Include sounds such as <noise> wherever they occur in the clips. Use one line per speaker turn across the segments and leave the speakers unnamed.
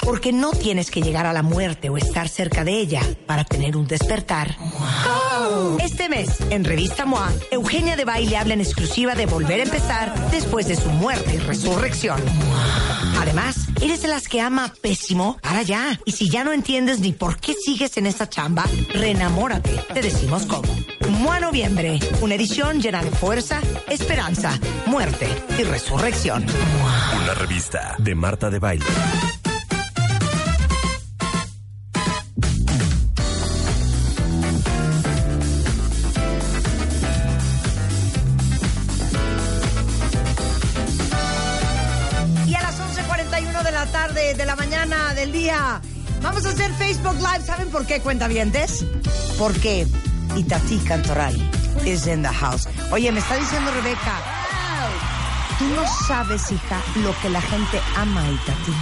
Porque no tienes que llegar a la muerte o estar cerca de ella para tener un despertar. Este mes, en Revista MOA, Eugenia de Baile habla en exclusiva de volver a empezar después de su muerte y resurrección. Además, ¿eres de las que ama pésimo? Para ya. Y si ya no entiendes ni por qué sigues en esta chamba, reenamórate. Te decimos cómo. MOA Noviembre, una edición llena de fuerza, esperanza, muerte y resurrección.
Una revista de Marta de Baile.
Y a las 11.41 de la tarde, de la mañana, del día, vamos a hacer Facebook Live. ¿Saben por qué, cuentavientes? Porque Itatí Cantoral is in the house. Oye, me está diciendo Rebeca, tú no sabes, hija, lo que la gente ama a Itatí.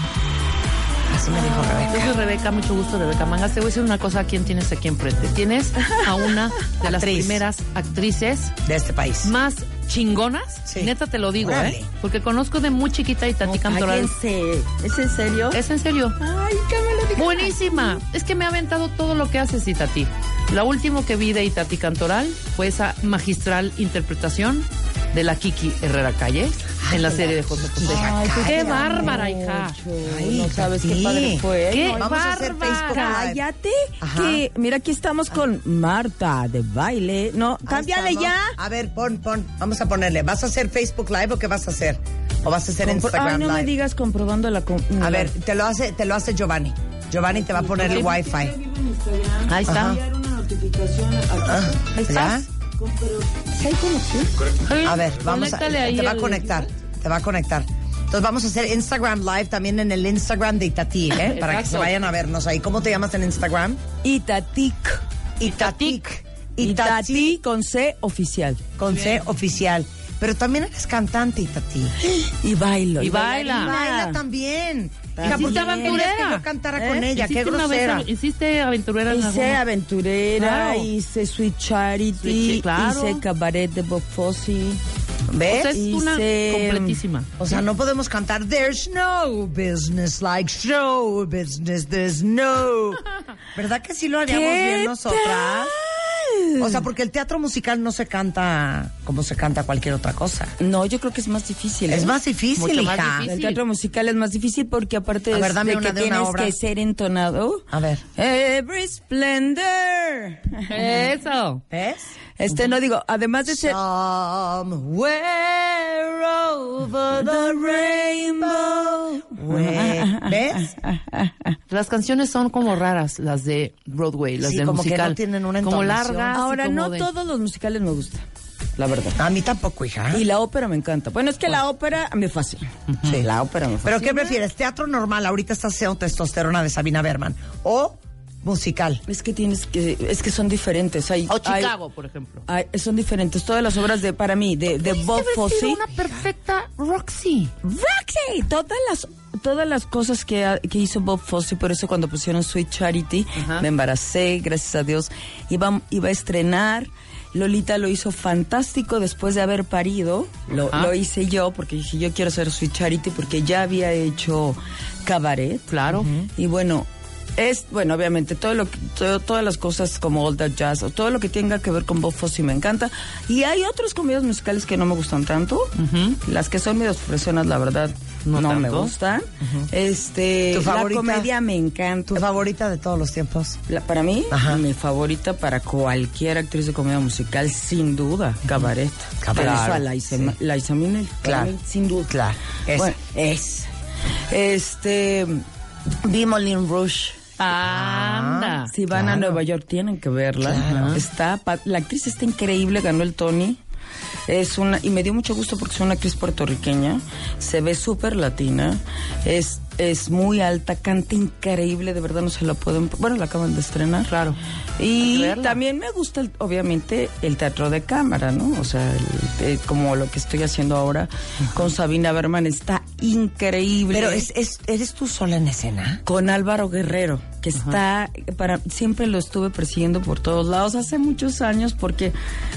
Así me dijo
Yo
Rebeca.
soy Rebeca, mucho gusto, Rebeca Mangas. Te voy a decir una cosa, ¿a quién tienes aquí enfrente? Tienes a una de las
Actriz.
primeras actrices
De este país.
más chingonas.
Sí.
Neta te lo digo,
Órale.
¿eh? Porque conozco de muy chiquita y Tati Cantoral.
¿Es en serio?
Es en serio.
Ay, qué
Buenísima. Es que me ha aventado todo lo que haces, Itati. La último que vi de Itati Cantoral fue esa magistral interpretación de la Kiki Herrera Calle en la serie de José José.
Ay, pues
¡Qué
te
bárbara, hija!
Ay,
no sabes qué
Tati.
padre fue. ¿eh?
¡Qué
No,
Vamos a hacer Facebook
bárbara!
Live.
Cállate,
Ajá.
que mira, aquí estamos con Marta de baile. No,
Ahí
cámbiale
estamos.
ya.
A ver, pon, pon. Vamos a ponerle. ¿Vas a hacer Facebook Live o qué vas a hacer? ¿O vas a hacer
Compro-
Instagram
Ay, no
Live?
me digas comprobando la. com-
A
la-
ver, te lo hace, te lo hace Giovanni. Giovanni te va a poner el wifi.
Ahí está. Ahí
Ah, ¿Ya?
estás. Sí,
A ver, vamos a,
conéctale ahí
te va a
al-
conectar, te va a conectar. Entonces vamos a hacer Instagram Live también en el Instagram de Itatí,
<laughs>
¿eh? Para que
Exacto.
se vayan a vernos ahí. ¿Cómo te llamas en Instagram?
Itatic.
Itatic.
Itatí
Itatí
con C oficial.
con C oficial. Pero también eres cantante, Itatí.
Y bailo.
Y baila.
Y
Ah.
baila también. Hija,
Hiciste
¿por qué no
aventurera.
querías que yo cantara
¿Eh?
con ella, qué
Hiciste una vez-
grosera.
Hiciste aventurera en
Hice
alguna-
aventurera,
Claro.
hice Sweet Charity,
Sweet- claro.
hice Cabaret de Bob Fosse.
O
¿Ves?
sea, es una
Hice-
completísima.
O sea, no podemos cantar There's no business like show business, there's no. ¿Verdad que sí lo haríamos
¿Qué
bien nosotras? O sea, porque el teatro musical no se canta como se canta cualquier otra cosa.
No, yo creo que es más difícil.
Es
¿eh?
más difícil,
Mucho más
hija.
difícil.
El teatro musical es más difícil porque aparte
A
de,
ver, dame
de
una
que
de una
tienes
obra.
que ser entonado.
A ver.
Every <laughs> splendor.
Eso.
¿Ves?
Este no digo, además de ser
Somewhere over the rainbow. Güey, ¿Ves?
Las canciones son como raras, las de Broadway, las
Sí,
de
como que
musical.
no tienen una
Como
entonación.
largas. y
Ahora
como
no
de-
todos los musicales me gustan, la verdad.
A mí tampoco, hija.
Y la ópera me encanta. Bueno, es que la ópera me fascina. Sí, la ópera me fascina.
¿Pero qué prefieres? ¿Teatro normal? Ahorita estás haciendo testosterona de Sabina Berman. ¿O musical?
Es que tienes que es que son diferentes. Hay,
O
hay-
Chicago, por ejemplo.
hay- son diferentes todas las obras de para mí de, de Bob
Debe haber sido
Fosse.
una perfecta Roxy.
Roxy, todas las todas las cosas que, ha- que hizo Bob Fosse, por eso cuando pusieron Sweet Charity,
Ajá.
me embaracé, gracias a Dios, iba, iba a estrenar. Lolita lo hizo fantástico después de haber parido. Lo,
Ajá.
lo hice yo porque dije, yo quiero hacer Sweet Charity porque ya había hecho cabaret.
Claro.
Y bueno, es, bueno, obviamente, todo lo que- todo- todas las cosas como All That Jazz o todo lo que tenga que ver con Bob Fosse me encanta. Y hay otras comedias musicales que no me gustan tanto. Las que son medio fresonas, la verdad,
No
no, me
tanto.
gustan. Este,
¿Tu
la
favorita?
comedia me encanta.
¿Tu favorita de todos los tiempos?
La- para mí,
Ajá.
mi favorita para cualquier actriz de comedia musical, sin duda, Cabaret.
Cabaret.
Pero eso a Liza,
Sí.
Liza Minnelli, para
Claro.
mí, sin duda.
Claro, esa.
Bueno, es. Este, vi Moulin Rouge.
Anda.
Si van a Nueva York tienen que verla. Está pa- la actriz está increíble, ganó el Tony. Es una, y me dio mucho gusto porque es una actriz puertorriqueña, se ve súper latina, es, es muy alta, canta increíble, de verdad no se la pueden... Bueno, la acaban de estrenar.
Claro.
Y
Verla.
también me gusta, el- obviamente, el teatro de cámara, ¿no? O sea, el- eh, como lo que estoy haciendo ahora con Sabina Berman, está increíble.
Pero es, es- eres tú sola en escena.
Con Álvaro Guerrero, que está, para, siempre lo estuve persiguiendo por todos lados hace muchos años, porque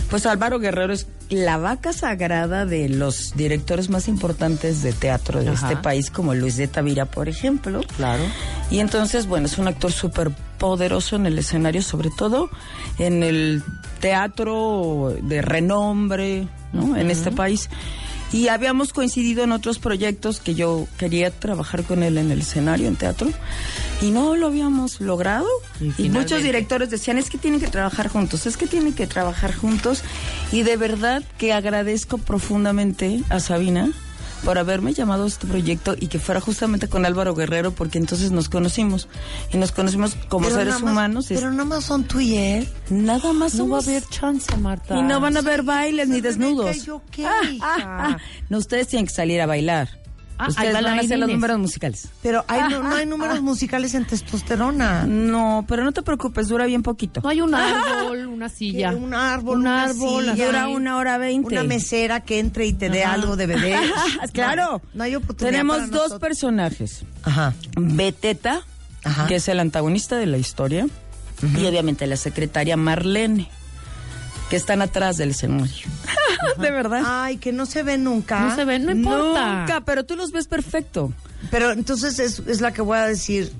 pues Álvaro Guerrero es la vaca sagrada de los directores más importantes de teatro de
Ajá.
este país, como Luis de Tavira, por ejemplo.
Claro.
Y entonces, bueno, es un actor súper poderoso en el escenario, sobre todo en el teatro de renombre, ¿no? En este país. Y habíamos coincidido en otros proyectos que yo quería trabajar con él en el escenario, en teatro, y no lo habíamos logrado.
Y
Y, muchos
finalmente.
directores decían, es que tienen que trabajar juntos, es que tienen que trabajar juntos. Y de verdad que agradezco profundamente a Sabina por haberme llamado a este proyecto y que fuera justamente con Álvaro Guerrero, porque entonces nos conocimos. Y nos conocimos como
Pero
seres
nada más-
humanos. es-
Pero nada más son tú y él.
nada más
No va a
somos-
haber chance, Marta.
Y no van a haber bailes ni desnudos.
¿Yo qué,
Ah,
hija?
ah, ah. No, ustedes tienen que salir a bailar.
Ah,
ustedes
ahí van
van a hacer los
bailarines.
números musicales.
Pero hay, no, <laughs> no hay números musicales en testosterona.
No, pero no te preocupes, dura bien poquito.
No hay un árbol, una silla.
Un árbol,
un
una
árbol.
silla.
así.
dura una hora veinte.
Una mesera que entre y te dé algo de beber.
<laughs> claro.
No, no hay oportunidad.
Tenemos
para
dos
nosotros.
personajes.
Ajá.
Beteta,
Ajá.
que es el antagonista de la historia, y obviamente la secretaria Marlene, que están atrás del escenario. de verdad.
Ay, que no se ve nunca.
No se ven, no importa.
Nunca, pero tú los ves perfecto.
Pero entonces es, es la que voy a decir,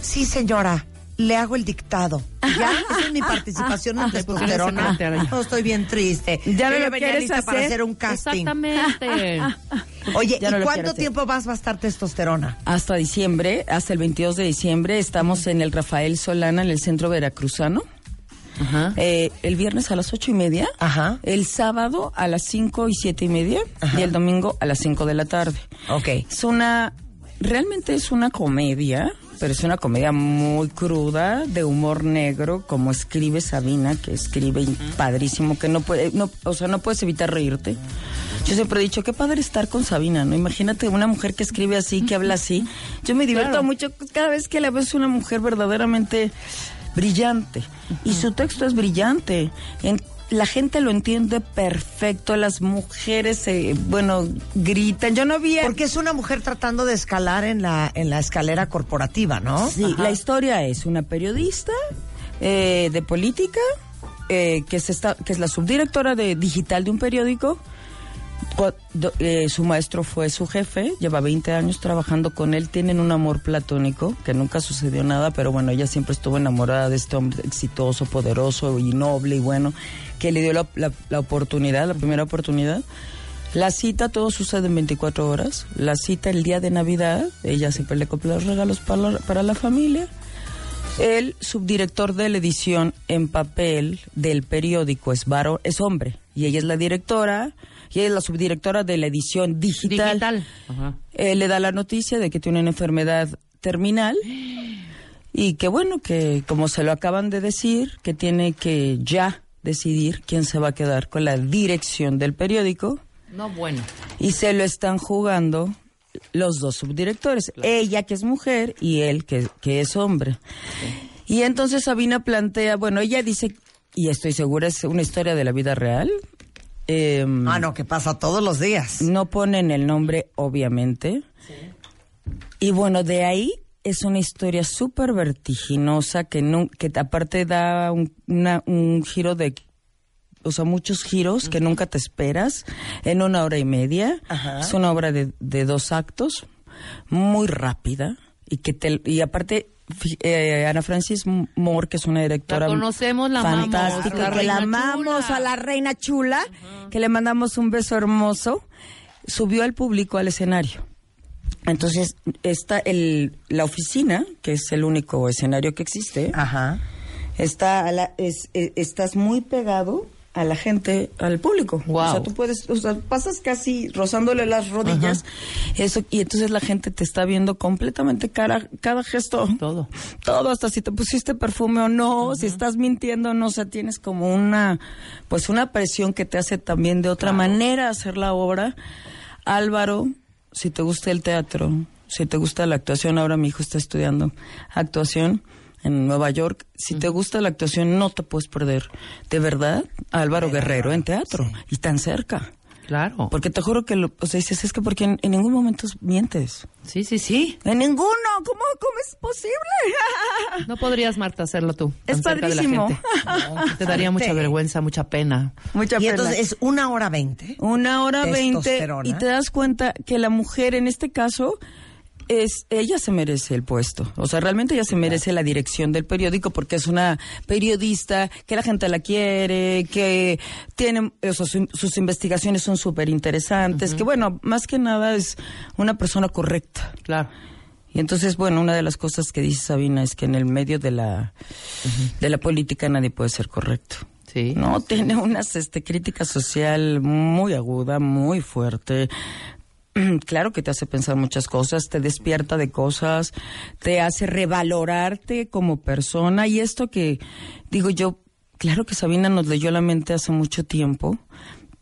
sí señora, le hago el dictado. Y Ya, esa
<laughs> Ah,
es mi participación en
porque eres
testosterona.
secretaria.
No estoy bien triste.
Ya no
Yo
lo
venía
quieres
lista para
hacer.
hacer un casting.
Exactamente.
Oye,
Ya
¿y
no lo quiero
cuánto
hacer.
tiempo vas a estar testosterona?
Hasta diciembre, hasta el 22 de diciembre, estamos en el Rafael Solana, en el centro veracruzano.
Ajá.
Eh, el viernes a las ocho y media,
Ajá.
el sábado a las cinco y siete y media y el domingo a las cinco de la tarde.
Ok.
Es una, realmente es una comedia, pero es una comedia muy cruda, de humor negro, como escribe Sabina, que escribe padrísimo, que no puede, no, o sea, no puedes evitar reírte. Yo siempre he dicho, qué padre estar con Sabina, ¿no? Imagínate una mujer que escribe así, que habla así. Yo me divierto mucho cada vez que la veo, es una mujer verdaderamente brillante. Y su texto es brillante. En- la gente lo entiende perfecto, las mujeres, eh, bueno, gritan. Yo no vi... a-
Porque es una mujer tratando de escalar en la, en la escalera corporativa, ¿no?
Sí, la historia es una periodista eh, de política eh, que, se está, que es la subdirectora de digital de un periódico. Cu- do- eh, su maestro fue su jefe, lleva 20 años trabajando con él, tienen un amor platónico, que nunca sucedió nada, pero bueno, ella siempre estuvo enamorada de este hombre exitoso, poderoso y noble y bueno, que le dio la, la- la oportunidad, la primera oportunidad. La cita, todo sucede en 24 horas. La cita el día de Navidad, ella siempre le compra los regalos para la- para la familia. El subdirector de la edición en papel del periódico es varo, es hombre y ella es la directora y ella es la subdirectora de la edición digital.
Digital. Ajá.
Eh, le da la noticia de que tiene una enfermedad terminal y que bueno que como se lo acaban de decir que tiene que ya decidir quién se va a quedar con la dirección del periódico
No, bueno.
y se lo están jugando los dos subdirectores, ella que es mujer y él que, que es hombre. Y entonces Sabina plantea, bueno, ella dice, y estoy segura es una historia de la vida real, em,
Ah, no, que pasa todos los días.
no ponen el nombre obviamente, y bueno, de ahí es una historia súper vertiginosa que, nun- que aparte da un, una- un giro de... O sea, muchos giros que nunca te esperas en una hora y media. Es una obra de, de dos actos, muy rápida. Y que te, y aparte, fi- eh, Ana Francis Moore, que es una directora
conocemos, la amamos,
fantástica,
la
que la
reina
amamos
chula.
a la reina chula, que le mandamos un beso hermoso, subió al público al escenario. Entonces, está el, la oficina, que es el
Ah.
único escenario que existe,
Ajá.
está a la- es- e- estás eh, muy pegado a la gente, al público.
Wow.
O sea, tú puedes, o sea, pasas casi rozándole las rodillas, eso, y entonces la gente te está viendo completamente cara, cada gesto.
Todo.
Todo, hasta si te pusiste perfume o no, si estás mintiendo o no, o sea, tienes como una, pues una presión que te hace también de otra manera hacer la obra. Álvaro, si te gusta el teatro, si te gusta la actuación, ahora mi hijo está estudiando actuación en Nueva York. Si te gusta la actuación, no te puedes perder. De verdad, a Álvaro Guerrero en teatro y tan cerca.
Claro.
Porque te juro que, lo, o sea, dices, es que porque en, en ningún momento mientes.
Sí, sí, sí.
En ninguno, ¿cómo, cómo es posible? <laughs>
No podrías, Marta, hacerlo tú.
Es
tan cerca de la
padrísimo.
gente. Te
<laughs>
daría mucha
Fuerte.
vergüenza, mucha pena.
Mucha
Y
pena.
entonces es una hora veinte.
Una hora veinte
Testosterona.
y te das cuenta que la mujer en este caso es ella se merece el puesto, o sea realmente ella se merece la dirección del periódico porque es una periodista que la gente la quiere, que tiene o sea, su- sus investigaciones son súper interesantes, que bueno más que nada es una persona correcta.
Claro.
Y entonces, bueno, una de las cosas que dice Sabina es que en el medio de la, de la política nadie puede ser correcto.
Sí.
No, tiene unas este, crítica social muy aguda, muy fuerte. <clears throat> Claro que te hace pensar muchas cosas, te despierta de cosas, te hace revalorarte como persona. Y esto que digo yo, claro que Sabina nos leyó la mente hace mucho tiempo.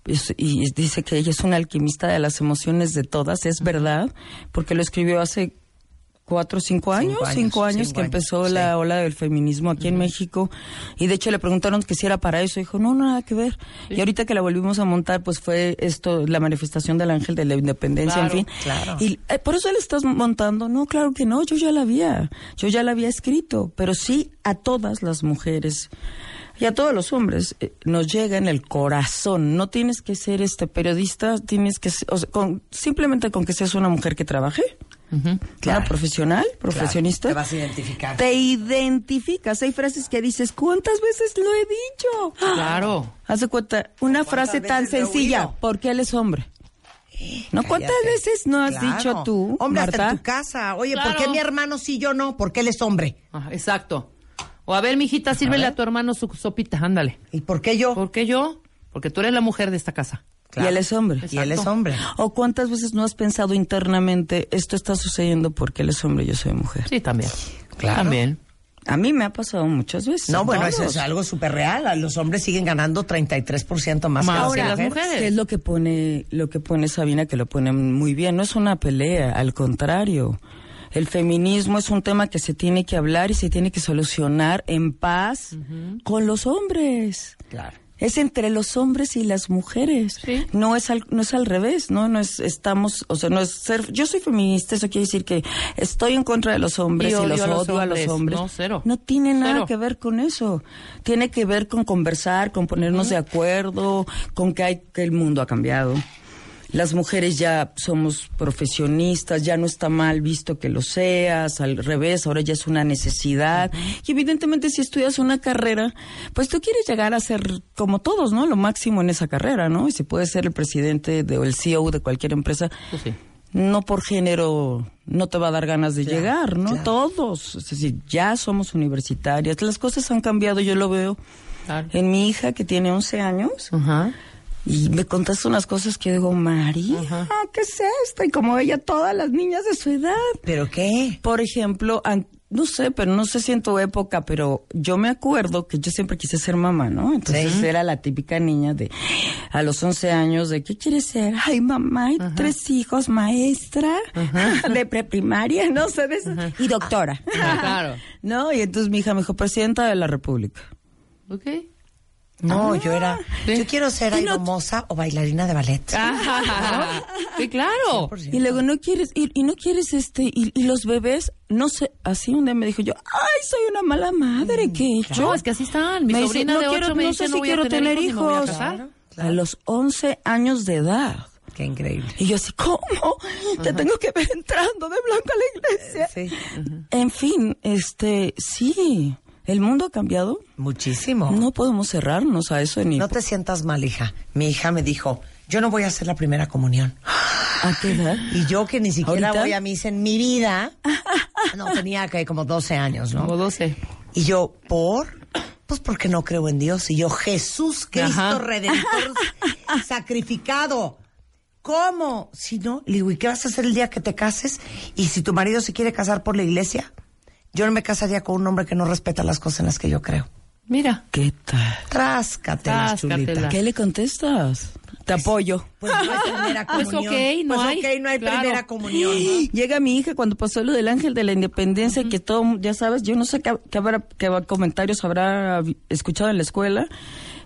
Es- y es- dice que ella es una alquimista de las emociones de todas, es verdad, porque lo escribió hace cuatro o cinco años, cinco años,
años, cinco
que
años,
empezó
sí.
la ola del feminismo aquí en México. Y de hecho le preguntaron que si era para eso. Dijo, no, no, nada que ver. Y ahorita que la volvimos a montar, pues fue esto, la manifestación del ángel de la independencia,
Claro,
en fin.
claro.
Y eh, por eso la estás montando. No, claro que no, yo ya la había. Yo ya la había escrito. Pero sí a todas las mujeres y a todos los hombres eh, nos llega en el corazón. No tienes que ser este periodista, tienes que ser- o sea, con- simplemente con que seas una mujer que trabaje. Claro, profesional, profesionista.
te vas a identificar.
Te identificas. Hay frases que dices, ¿cuántas veces lo he
<gasps>
dicho?
Claro.
Haz de cuenta, una frase tan
veces lo he
sencilla,
oído?
porque él es hombre. ¿No? ¿Cuántas
Eh, Cállate.
veces no has
Claro.
dicho tú,
Hombre,
Marta?
hasta en tu casa. Oye, ¿por qué
Claro.
mi hermano sí yo no? Porque él es hombre.
Ajá, Ah, exacto. O a ver, mijita, sírvele a tu hermano su sopita, ándale.
¿Y por qué yo?
¿Por qué yo? Porque tú eres la mujer de esta casa.
Claro.
Y él es hombre.
Y él es hombre.
¿O cuántas veces no has pensado internamente, esto está sucediendo porque él es hombre y yo soy mujer?
Sí, también.
Claro.
También.
A mí me ha pasado muchas veces.
No, bueno, eso es
Todos.
algo súper real. Los hombres siguen ganando 33% más,
Más
que
que
las mujeres.
las mujeres.
¿Qué es lo que pone, lo que pone Sabina que lo pone muy bien? No es una pelea, al contrario. El feminismo es un tema que se tiene que hablar y se tiene que solucionar en paz con los hombres.
Claro.
Es entre los hombres y las mujeres.
Sí.
No es al, no es al revés, no no es estamos, o sea, no es ser yo soy feminista, eso quiere decir que estoy en contra de los hombres
Y
y,
odio
los
a los
odio a los
hombres.
hombres.
No, cero.
No tiene nada
Cero.
que ver con eso. Tiene que ver con conversar, con ponernos de acuerdo, con que hay que el mundo ha cambiado. Las mujeres ya somos profesionistas, ya no está mal visto que lo seas, al revés, ahora ya es una necesidad. Y evidentemente si estudias una carrera, pues tú quieres llegar a ser como todos, ¿no? Lo máximo en esa carrera, ¿no? Y si puedes ser el presidente de, o el CEO de cualquier empresa,
Pues sí.
no por género no te va a dar ganas de llegar, ¿no? Todos, es decir, ya somos universitarias, las cosas han cambiado, yo lo veo
Claro.
en mi hija que tiene 11 años
Eh, Ajá.
y me contaste unas cosas que digo, María, ¿qué es esto? Y como ella, todas las niñas de su edad.
¿Pero qué?
Por ejemplo, an- no sé, pero no sé si en tu época, pero yo me acuerdo que yo siempre quise ser mamá, ¿no? Entonces era la típica niña de a los 11 años de ¿qué quieres ser? Ay, mamá, y tres hijos, maestra <laughs> de preprimaria, <laughs> no sé de eso,
<laughs>
y doctora.
Ah, claro.
<laughs> No, y entonces mi hija me dijo, "Presidenta de la República."
Ok.
No, yo era...
Sí.
Yo quiero ser
Ah. Y no-
aeromoza o bailarina de ballet.
Ah, sí, claro.
Y luego no quieres y, y no quieres este y, y los bebés, no sé, así un día me dijo yo, "Ay, soy una mala madre, ¿qué he hecho?"
No, Mm, es que así están. Mi
Me dice,
sobrina de ocho me
no
dice,
sé
no
si
voy a
quiero
tener
tener
hijos ni me voy a
hijos.
casar.
A los 11 años de edad.
Qué increíble.
Y yo así, ¿cómo? Te tengo que ver entrando de blanco a la iglesia.
Sí.
En fin, este, sí, el mundo ha cambiado.
Muchísimo.
No podemos cerrarnos a eso ni
No te sientas mal, hija. Mi hija me dijo, yo no voy a hacer la primera comunión.
a qué edad.
Y yo que ni siquiera
¿Ahorita?
voy a misa en
<laughs>
mi vida. No, tenía que como 12 años, ¿no?
Como doce.
Y yo, ¿por? Pues porque no creo en Dios. Y yo, Jesús Cristo
Ajá. <laughs>
Redentor sacrificado. ¿Cómo? Si no, le digo, ¿y qué vas a hacer el día que te cases? Y si tu marido se quiere casar por la iglesia, yo no me casaría con un hombre que no respeta las cosas en las que yo creo.
Mira.
¿Qué tal?
Tráscatela,
Tráscatela.
chulita.
¿Qué le contestas? Te apoyo.
Pues no hay primera
<laughs> Pues
comunión.
ok, no
Pues
hay,
ok, no hay
claro.
primera comunión.
<laughs>
<gasps> Llega mi hija cuando pasó lo del ángel de la independencia, que todo, ya sabes, yo no sé qué, qué habrá- qué comentarios habrá vi- escuchado en la escuela,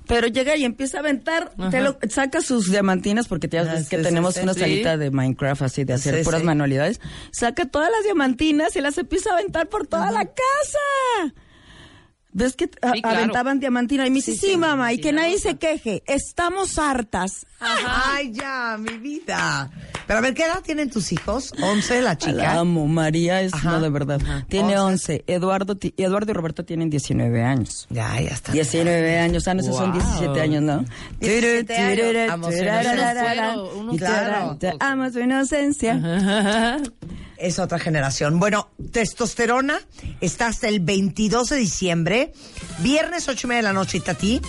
pero llega y empieza a aventar, te lo- saca sus diamantinas, porque ya
Ah,
ves
sí,
que
sí,
tenemos
sí.
una
Sí.
salita de Minecraft así, de hacer
Sí,
puras
sí.
manualidades, saca todas las diamantinas y las empieza a aventar por toda la casa. ¿Ves que a-
Sí, claro.
aventaban diamantina? Y me dice, sí, mamá, y que nadie se queje, estamos hartas.
Ay, ya, mi vida. Pero a ver, ¿qué edad tienen tus hijos? ¿11 la chica?
La amo, María es
Ajá,
no de verdad.
ajá.
Tiene
Once.
11. Eduardo, ti- Eduardo y Roberto tienen 19 años.
Ya, ya está.
19 años, ah, no, esos son
Wow.
17 años, ¿no?
17 años. Amo su
inocencia.
Y
Claro.
te- te Amo su inocencia.
Es otra generación. Bueno, testosterona está hasta el 22 de diciembre, viernes 8 y media de la noche, Tati.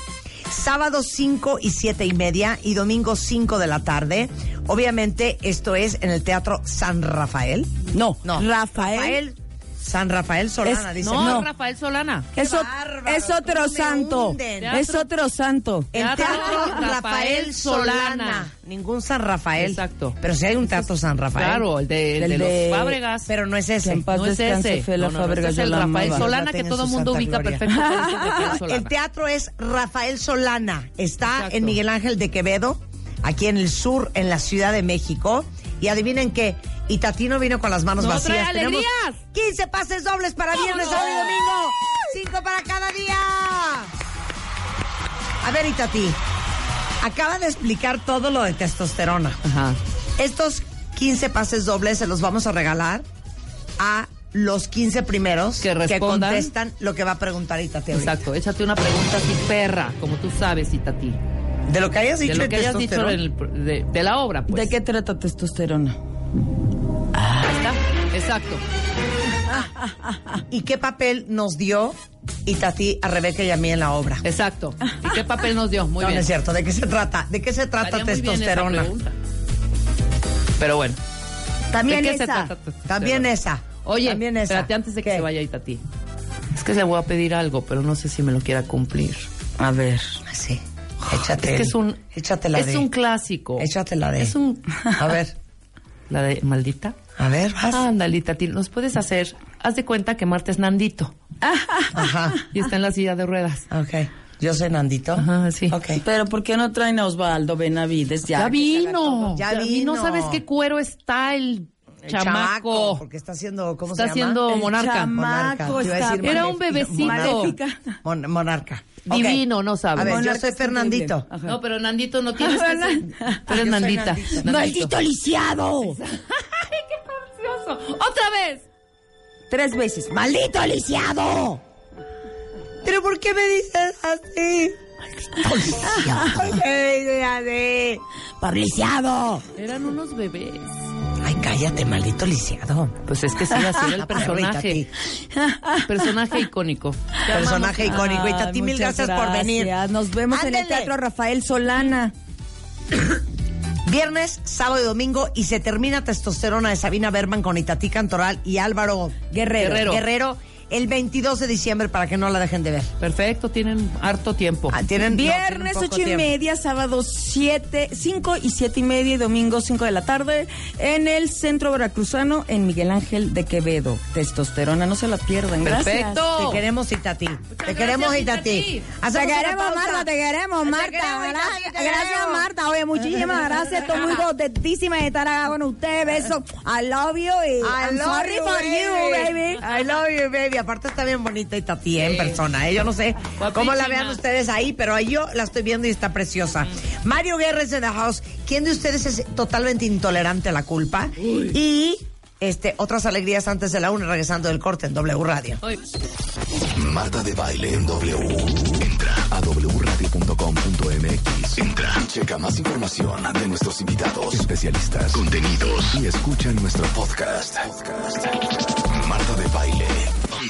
Sábado 5 y 7 y media y domingo 5 de la tarde. Obviamente, esto es en el Teatro San Rafael.
No,
No.
Rafael.
San Rafael Solana,
Es-
dice.
No,
No.
Rafael Solana.
Qué
Es, ot-
bárbaro,
es otro
¿cómo me
santo.
hunden?
Es otro santo.
El
Teatro
teatro,
Rafael
Rafael, Solana.
Solana.
Ningún San Rafael.
Exacto.
Pero si hay un teatro San Rafael.
Claro, el de, el
El
de
de-
los Fábregas.
Pero no es
Que
ese.
en paz
no es
descanse,
ese.
Fela
No, no, no,
Fábrega,
ese
yo
es el
la
Rafael
amaba.
Solana
Tenga
que todo
su
el mundo
santa
ubica
gloria.
perfecto. pero es el Rafael Solana.
Ah, <laughs> El teatro es Rafael Solana. Está
Exacto.
en Miguel Ángel de Quevedo, aquí en el sur, en la Ciudad de México. Y adivinen qué, Itatino vino con las manos
¡No
vacías.
trae
Tenemos
alegrías!
15 pases dobles para viernes, sábado y domingo. Cinco para cada día. A ver, Itati, acaba de explicar todo lo de testosterona.
Ajá.
Estos 15 pases dobles se los vamos a regalar a los 15 primeros
Que respondan.
contestan lo que va a preguntar Itati ahorita.
Exacto, échate una pregunta así perra, como tú sabes, Itati.
De lo que hayas dicho
De lo que hayas dicho
testosterona.
en el pr- de, de la obra, pues.
¿De qué trata testosterona?
Ahí está. Exacto.
¿Y qué papel nos dio Itatí a Rebeca y a mí en la obra?
Exacto. ¿Y qué papel nos dio? Muy
no, no
bien.
es cierto. ¿De qué se trata? ¿De qué se trata
Estaría muy bien esa
testosterona?
pregunta. Pero bueno.
También
¿De qué se
esa.
trata testosterona?
También esa.
Oye,
También esa.
espérate antes de que
¿Qué?
se vaya Itati. Es que le voy a pedir algo, pero no sé si me lo quiera cumplir.
A ver.
Ah, Sí. Échate.
Es que es un
Échatela
es
de.
un clásico.
Échatela de.
Es un
A ver.
<laughs> la de maldita.
A ver, vas.
Ándale, Tati, nos puedes hacer. Haz de cuenta que Marta es Nandito
Ajá.
y está en la silla de
<laughs>
ruedas.
Ok. Yo soy Nandito.
Ajá, sí.
Ok.
Pero ¿por qué no traen a Osvaldo Benavides? Ya,
Ya,
que se haga
vino.
todo?
Ya
No
vino.
sabes qué cuero está el,
El
chamaco.
Porque está haciendo. ¿Cómo
está
se llama?
haciendo
El
monarca.
chama-
Monarca.
Maco
te iba a
está-
decir
Era un
maléfica,
bebecito.
Monarca. Mon- monarca. Ok.
Divino, no sabes.
A ver,
Monarca
yo soy
es increíble.
Fernandito.
Ajá.
No, pero Nandito no tienes que ser. Tú eres
Yo soy
Nandita.
Nandito.
Nandito.
lisiado!
¡Ay, qué precioso! ¡Otra vez!
Tres veces.
¡Maldito lisiado!
¿Pero por qué me dices así? <laughs> ¿Por qué me dices así?
¡Por lisiado!
Eran unos bebés.
Ay, cállate, maldito lisiado.
Pues es que
<laughs>
sí, así era el personaje. personaje icónico.
Personaje icónico. Y
Ay,
Tati, mil
muchas
Ah, gracias, por venir.
gracias. Nos vemos en el
Ándele.
Teatro Rafael Solana.
Viernes, sábado y domingo. Y se termina Testosterona de Sabina Berman con Itatí Cantoral y Álvaro
Guerrero.
Guerrero. el 22 de diciembre para que no la dejen de ver.
Perfecto, tienen harto tiempo.
Ah, tienen, no, tienen
Viernes
poco
ocho y
tiempo.
media, sábado 7, 5 y 7 y media y domingo 5 de la tarde en el Centro Veracruzano en Miguel Ángel de Quevedo. Testosterona, no se la pierdan.
Perfecto.
Te queremos, Itatí. Te queremos,
gracias,
Itatí.
Itatí.
Hacemos una pausa.
queremos,
Te queremos, Itatí, te queremos.
Oye, muchísimas gracias. Estoy <laughs> muy contentísima de estar acá con ustedes. Besos. I love you y
I love you, I love you, baby. Aparte está bien bonita y Tati en persona. ¿eh? Yo no sé cómo la
Guapísima.
vean ustedes ahí, pero yo la estoy viendo y está preciosa. Mario Guerra es en the house. ¿Quién de ustedes es totalmente intolerante a la culpa? Y este, otras alegrías antes de la una, regresando del corte en W Radio.
Ay.
Marta de Baile en W. Entra a wradio.com.mx. Entra. Checa más información de nuestros invitados, especialistas, contenidos y escucha nuestro podcast. Podcast. Marta de Baile. On